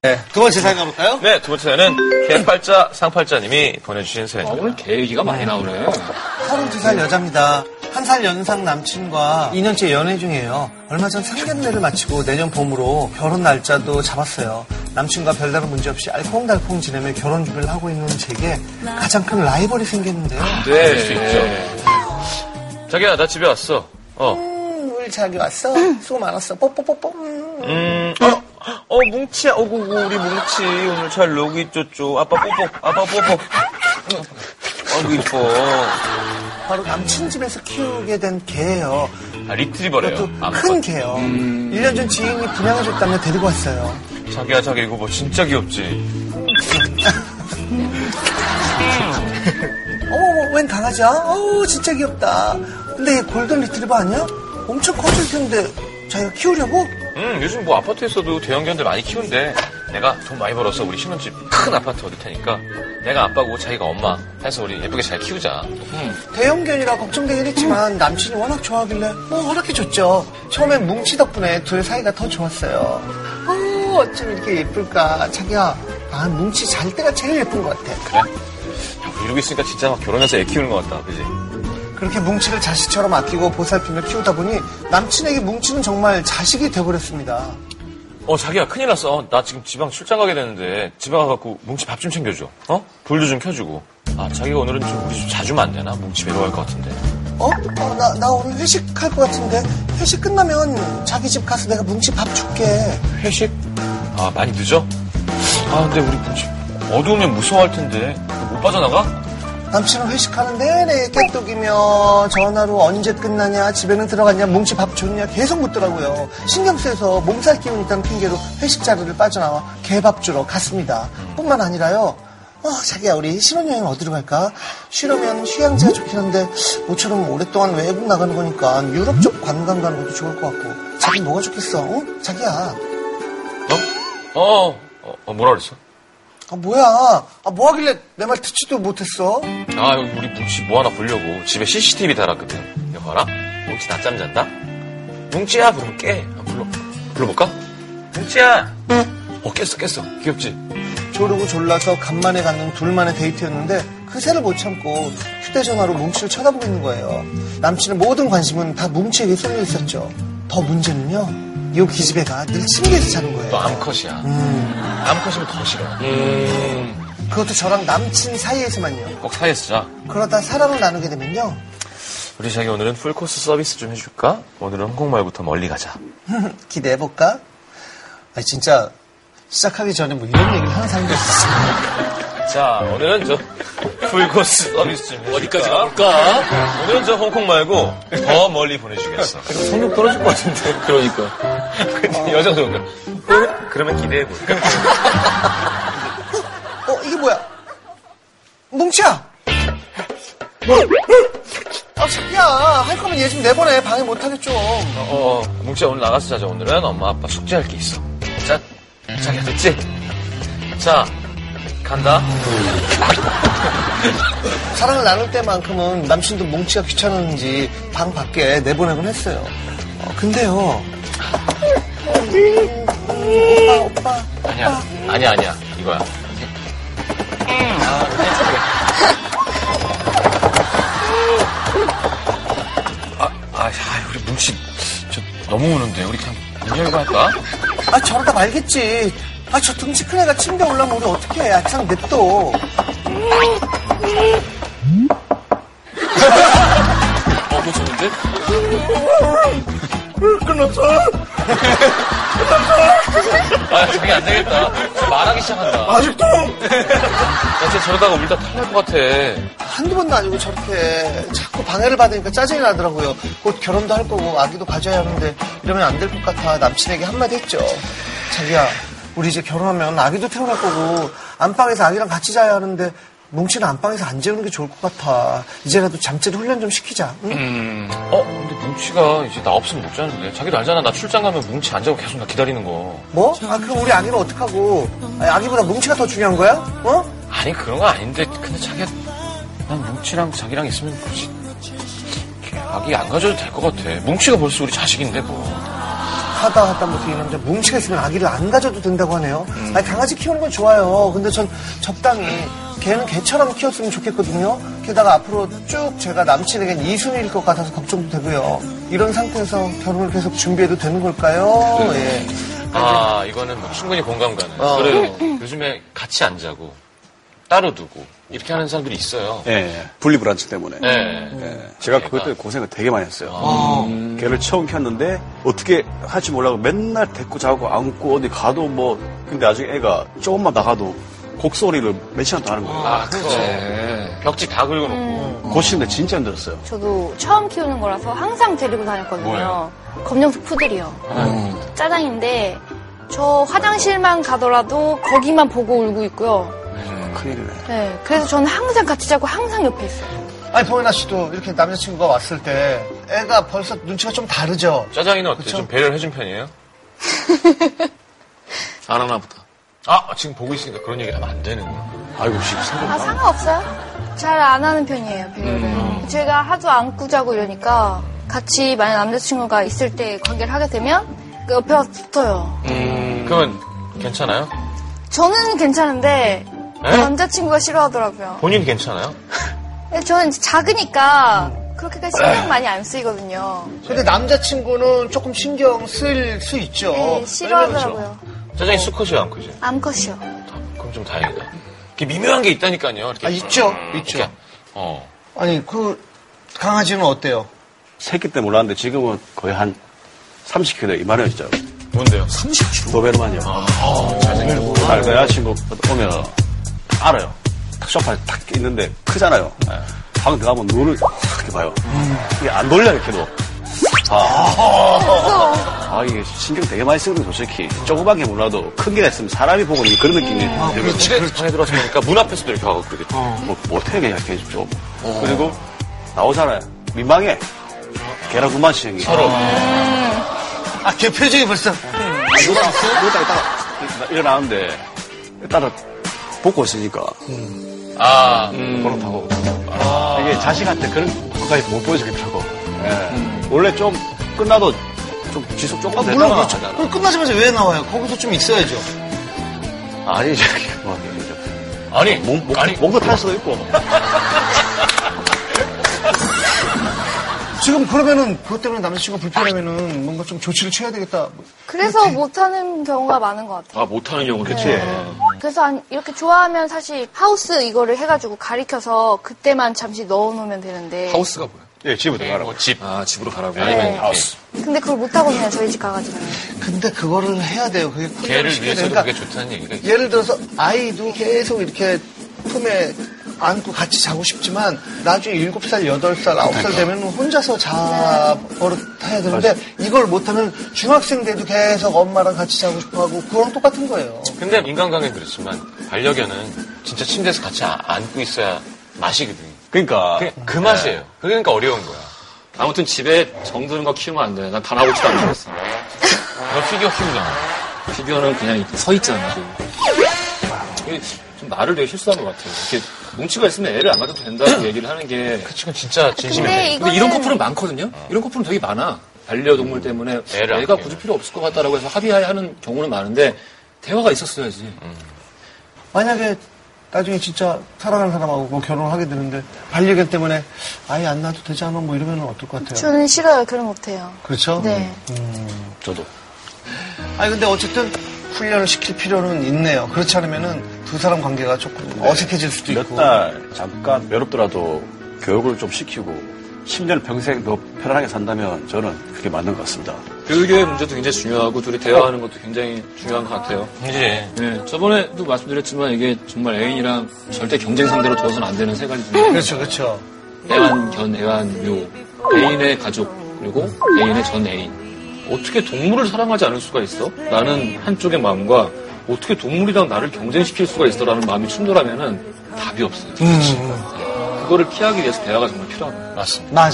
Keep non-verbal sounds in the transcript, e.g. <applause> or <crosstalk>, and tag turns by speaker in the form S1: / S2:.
S1: 네, 두 번째 사연 가볼까요?
S2: 네, 두 번째 사연은 개팔자 상팔자님이 보내주신 사연입니다.
S3: 오늘 개 얘기가 많이 나오네.
S1: 32살 여자입니다. 한 살 연상 남친과 2년째 연애 중이에요. 얼마 전 상견례를 마치고 내년 봄으로 결혼 날짜도 잡았어요. 남친과 별다른 문제 없이 알콩달콩 지내며 결혼 준비를 하고 있는 제게 가장 큰 라이벌이 생겼는데요.
S2: 네, 수 있죠. 자기야, 나 집에 왔어. 어,
S1: 음, 우리 자기 왔어. 수고 많았어. 뽀뽀뽀뽀. 음.
S2: 음, 어, 어, 뭉치야. 어구, 구 우리 뭉치. 오늘 잘 놀고 있었죠. 아빠 뽀뽀, 아빠 뽀뽀. 아이고, 이뻐.
S1: 바로 남친 집에서 키우게 된 개예요.
S2: 아, 리트리버래요.
S1: 그것도
S2: 암컷.
S1: 큰 개요. 1년 전 지인이 분양해줬다며 데리고 왔어요.
S2: 자기야, 자기 이거 뭐 진짜 귀엽지?
S1: 어머, 웬 강아지야? 어우, 진짜 귀엽다. 근데 얘 골든 리트리버 아니야? 엄청 커질 텐데 자기가 키우려고?
S2: 음, 요즘 뭐 아파트에서도 대형견들 많이 키운대. 내가 돈 많이 벌어서 우리 신혼집 큰 아파트 얻을 테니까 내가 아빠고 자기가 엄마 해서 우리 예쁘게 잘 키우자.
S1: 대형견이라 걱정되긴 했지만 남친이 워낙 좋아하길래 뭐 허락해줬죠. 처음엔 뭉치 덕분에 둘 사이가 더 좋았어요. 어, 어쩜 이렇게 예쁠까. 자기야, 난 뭉치 잘 때가 제일 예쁜 것 같아.
S2: 그래? 야, 뭐 이러고 있으니까 진짜 막 결혼해서 애 키우는 것 같다. 그지?
S1: 그렇게 뭉치를 자식처럼 아끼고 보살피며 키우다 보니 남친에게 뭉치는 정말 자식이 돼버렸습니다.
S2: 어, 자기야, 큰일 났어. 어, 나 지금 지방 출장 가게 되는데, 지방 가갖고 뭉치 밥 좀 챙겨줘. 어? 불도 좀 켜주고. 아, 자기가 오늘은 좀 우리 집 자주면 안 되나? 뭉치 매러 갈 것 같은데.
S1: 어? 어, 나, 나 오늘 회식할 것 같은데 회식 끝나면 자기 집 가서 내가 뭉치 밥 줄게.
S2: 회식? 아, 많이 늦어? 아, 근데 우리 뭉치 어두우면 무서워할 텐데. 못 빠져나가?
S1: 남친은 회식하는 내내 깨똑이며 전화로 언제 끝나냐 집에는 들어갔냐 뭉치 밥 줬냐 계속 묻더라고요. 신경 쓰여서 몸살 기운 있다는 핑계로 회식 자리를 빠져나와 개밥 주러 갔습니다. 뿐만 아니라요. 어, 자기야 우리 신혼여행 어디로 갈까? 쉬려면 휴양지가 좋긴 한데 모처럼 오랫동안 외국 나가는 거니까 유럽 쪽 관광 가는 것도 좋을 것 같고 자기 뭐가 좋겠어? 어? 자기야
S2: 어? 어, 어, 어, 뭐라 그랬어?
S1: 아 뭐야? 아 뭐 하길래 내 말 듣지도 못했어?
S2: 아, 여기 우리 뭉치 뭐 하나 보려고. 집에 CCTV 달았거든. 이거 봐라. 뭉치 낮잠 잔다? 뭉치야, 그럼 깨. 아, 불러. 불러볼까? 뭉치야! 어, 깼어, 깼어. 귀엽지?
S1: 조르고 졸라서 간만에 갖는 둘만의 데이트였는데 그새를 못 참고 휴대전화로 뭉치를 쳐다보고 있는 거예요. 남친의 모든 관심은 다 뭉치에게 쏠려 있었죠. 더 문제는요. 요 기집애가 늘 침대에서 자는 거예요.
S2: 너 암컷이야. 음. 암컷이면 더 싫어. 음.
S1: 그것도 저랑 남친 사이에서만요.
S2: 꼭 사이에 쓰자.
S1: 그러다 사랑을 나누게 되면요. <laughs>
S2: 우리 자기 오늘은 풀코스 서비스 좀 해줄까? 오늘은 홍콩말부터 멀리 가자.
S1: 기대해볼까? 아 진짜 시작하기 전에 뭐 이런 얘기를 하는 사람도 있어.
S2: 자, 오늘은 저 풀코스 서비스 좀 해줄까? 어디까지 가볼까? 오늘은 저 홍콩 말고 더 멀리 <laughs> 보내주겠어.
S3: 성격 떨어질 것 같은데. <laughs> 그러니까.
S2: 근데 여자도 그러니까. 그러면 기대해볼까?
S1: 어 이게 뭐야? 뭉치야. 뭐? 아 자기야 할 거면 얘 좀 내보내 방해 못하게 좀.
S2: 어, 뭉치야 오늘 나가서 자자. 오늘은 엄마 아빠 숙제할 게 있어. 자, 자기야 됐지? 자, 간다.
S1: 사랑을 나눌 때만큼은 남친도 뭉치가 귀찮은지 방 밖에 내보내곤 했어요. 어, 근데요. 오빠 오빠
S2: 아니야, 아니야, 아니야. 이거야. 아, 아, 야, 우리 뭉치, 저, 너무 우는데. 우리 그냥 문 열고 할까?
S1: 아 저러다 말겠지. 아 저 등치 큰 애가 침대 올라오면 우리 어떻게 해? 아참 냅둬.
S2: 어, 놓쳤는데? 끝났어? <laughs> 아, 저기 안 되겠다. 말하기 시작한다.
S1: 아직도
S2: 나 진짜 저러다가 울다 탈날 것 같아.
S1: 한두 번도 아니고 저렇게 자꾸 방해를 받으니까 짜증이 나더라고요. 곧 결혼도 할 거고 아기도 가져야 하는데 이러면 안 될 것 같아 남친에게 한마디 했죠. 자기야, 우리 이제 결혼하면 아기도 태어날 거고 안방에서 아기랑 같이 자야 하는데 뭉치는 안방에서 안 재우는 게 좋을 것 같아. 이제라도 잠자리 훈련 좀 시키자. 응?
S2: 어, 근데 뭉치가 이제 나 없으면 못 자는데. 자기도 알잖아. 나 출장 가면 뭉치 안 자고 계속 나 기다리는 거.
S1: 뭐? 아 그럼 우리 아기는 어떡하고? 아, 기보다 뭉치가 더 중요한 거야? 어?
S2: 아니 그런 거 아닌데 근데 자기가 난 뭉치랑 자기랑 있으면 굳이 아기 안 가져도 될 것 같아 뭉치가 벌써 우리 자식인데 뭐
S1: 하다 하다 못해 이남자 뭉치가 있으면 아기를 안 가져도 된다고 하네요. 아니, 강아지 키우는 건 좋아요. 근데 전 적당히 걔는 개처럼 키웠으면 좋겠거든요. 게다가 앞으로 쭉 제가 남친에겐 이순일 것 같아서 걱정도 되고요. 이런 상태에서 결혼을 계속 준비해도 되는 걸까요? 예.
S2: 아, 이거는 뭐 충분히 공감 가는.
S1: 어.
S3: 그래요.
S2: 요즘에 같이 안 자고, 따로 두고, 이렇게 하는 사람들이 있어요.
S1: 네.
S4: 예. 분리불안증 때문에.
S2: 네. 아.
S4: 예. 제가 그것 때문에 고생을 되게 많이 했어요. 걔를 처음 켰는데 어떻게 할지 몰라고 맨날 데리고 자고 안고 어디 가도 뭐 근데 나중에 애가 조금만 나가도 곡소리를 몇 시간 동안 하는 거예요.
S2: 아, 그거.
S1: 네.
S2: 벽지 다 긁어놓고.
S4: 고치는데 진짜 힘들었어요.
S5: 음. 저도 처음 키우는 거라서 항상 데리고 다녔거든요.
S2: 뭐예요? 음.
S5: 검정색 푸들이요. 짜장인데 저 화장실만 가더라도 거기만 보고 울고 있고요.
S4: 큰일이네.
S5: 네, 그래서 저는 항상 같이 자고 항상 옆에 있어요.
S1: 아니 보현아 씨도 이렇게 남자친구가 왔을 때 애가 벌써 눈치가 좀 다르죠.
S2: 짜장이는 어때?
S1: 그쵸.
S2: 좀 배려를 해준 편이에요?
S3: 안 하나 보다.
S2: 아, 지금 보고 있으니까 그런 얘기 하면 안 되는구나.
S4: 아이고 씨 사고.
S5: 아 상관없어요. 잘 안 하는 편이에요 배려를.
S2: 음.
S5: 제가 하도 안고 자고 이러니까 같이 만약 남자친구가 있을 때 관계를 하게 되면 그 옆에 와서 붙어요.
S2: 음. 그러면 괜찮아요?
S5: 저는 괜찮은데
S2: 에?
S5: 남자친구가 싫어하더라고요.
S2: 본인이 괜찮아요?
S5: 근데 저는 이제 작으니까 그렇게까지 신경 많이 안 쓰이거든요.
S1: 근데 남자친구는 조금 신경 쓸 수
S3: 어,
S1: 있죠.
S5: 네, 싫어하더라고요.
S2: 짜장이 수컷이야, 암컷이야?
S5: 암컷이요.
S2: 그럼 좀 다행이다. 이렇게 미묘한 게 있다니까요. 이렇게.
S1: 아, 있죠. 있죠.
S2: 이렇게. 어.
S1: 아니 그 강아지는 어때요?
S4: 새끼 때 몰랐는데 지금은 거의 한 30kg 이만해졌죠.
S2: 뭔데요?
S1: 아,
S4: 도베르만이요.
S2: 아,
S4: 잘생기고. 내 여자친구 오면 알아요. 탁 소파에 탁 있는데 크잖아요.
S2: 네.
S4: 방 들어가면 눈을 탁 이렇게 봐요. 이게 안 놀려요, 걔도. 아, 아, 이게 신경 되게 많이 쓰거든, 솔직히. 조그만 게 몰라도 큰 게 했으면 사람이 보고 있는 그런 느낌이 들거든요.
S2: 집에 방에 들어와서 보니까 그러니까 문 앞에서도 이렇게 어. 하고 그래.
S4: 뭐, 못해, 그냥 걔 좀. 그리고 나오잖아요. 민망해. 걔랑 그만 시행이.
S2: 아,
S4: 서로.
S1: 아걔 표정이 벌써
S4: 아,
S1: 아,
S4: 누가 따라 일어나는데 따라 벗고 있으니까
S2: 아,
S1: 음.
S4: 그렇다고
S1: 아.
S4: 이게 자식한테 그런 것까지 못 보여주겠더라고 예. 원래 좀 끝나도 좀 지속 조금
S1: 물론
S4: 되다가
S1: 그렇죠. 그럼 끝나자마자 왜 나와요? 거기서 좀 있어야죠.
S4: 아니 저기 뭐 이제
S2: 아니,
S4: 몸, 몸,
S2: 아니,
S4: 몸도 탈 수도 있고
S1: 지금 그러면은 그것 때문에 남자친구가 불편하면은 뭔가 좀 조치를 취해야 되겠다.
S5: 그래서 못하는 경우가 많은 것 같아요.
S3: 아, 못하는 경우는.
S4: 그치
S5: 그래서 안- 이렇게 좋아하면 사실 하우스 이거를 해가지고 가리켜서 그때만 잠시 넣어놓으면 되는데.
S3: 하우스가 뭐야?
S4: 예 집으로 들어가라고
S2: 뭐 집.
S3: 아, 집으로 가라고.
S5: 네.
S2: 하우스.
S5: 근데 그걸 못하고 그냥 저희 집 가가지고.
S1: 근데 그거를 해야 돼요. 그게 훈련을
S2: 개를
S1: 시켜야
S2: 위해서도
S1: 되니까
S2: 그게 좋다는 얘기가 있어.
S1: 예를 들어서 아이도 계속 이렇게 품에 안고 같이 자고 싶지만 나중에 일곱 살 여덟 살 아홉 살 되면 혼자서 자 버릇해야 되는데 이걸 못하면 중학생 돼도 계속 엄마랑 같이 자고 싶어하고 그거랑 똑같은 거예요.
S2: 근데 인간관계는 그렇지만 반려견은 진짜 침대에서 같이 아- 안고 있어야 맛이거든.
S4: 그러니까
S2: 그게 그 맛이에요. 그러니까 어려운 거야.
S3: 아무튼 집에 정드는 거 키우면 안 돼. 난 달아오지도 않고 있어.
S2: 너 피규어 키우잖아.
S3: 피규어는 그냥 이렇게 서 있잖아. 이게 좀 말을 되게 실수한 것 같아요. 이렇게 뭉치가 있으면 애를 안 가져도 된다고 얘기를 하는 게.
S2: 지금 진짜 진심이야.
S5: 근데
S3: 근데
S5: 이거는
S3: 이런 커플은 많거든요? 이런 커플은 되게 많아. 반려동물 때문에
S2: 애를 안
S3: 애가
S2: 키우는.
S3: 굳이 필요 없을 것 같다라고 해서 합의하여 하는 경우는 많은데, 대화가 있었어야지.
S1: 만약에 나중에 진짜 사랑하는 사람하고 뭐 결혼을 하게 되는데 반려견 때문에 아예 안 낳아도 되지 않아 뭐 이러면 어떨 것 같아요?
S5: 저는 싫어요. 결혼 못해요.
S1: 그렇죠? 음.
S5: 네.
S4: 저도
S1: 아니 근데 어쨌든 훈련을 시킬 필요는 있네요. 그렇지 않으면은 두 사람 관계가 조금 어색해질 수도 있고.
S4: 몇 달 잠깐 외롭더라도 교육을 좀 시키고 10년 평생 더 편안하게 산다면 저는 그게 맞는 것 같습니다
S3: 교육의 문제도 굉장히 중요하고, 둘이 대화하는 것도 굉장히 중요한 것 같아요.
S2: 이제
S3: 네, 저번에도 말씀드렸지만, 이게 정말 애인이랑 절대 경쟁 상대로 두어서는 안 되는 세 가지 중에,
S1: 그렇죠, 그렇죠.
S3: 애완견, 애완묘, 애인의 가족, 그리고 애인의 전 애인. 어떻게 동물을 사랑하지 않을 수가 있어? 나는 한쪽의 마음과 어떻게 동물이랑 나를 경쟁시킬 수가 있어라는 마음이 충돌하면은 답이 없어요. 그거를 피하기 위해서 대화가 정말 필요합니다.
S2: 맞습니다.
S1: 맞아요.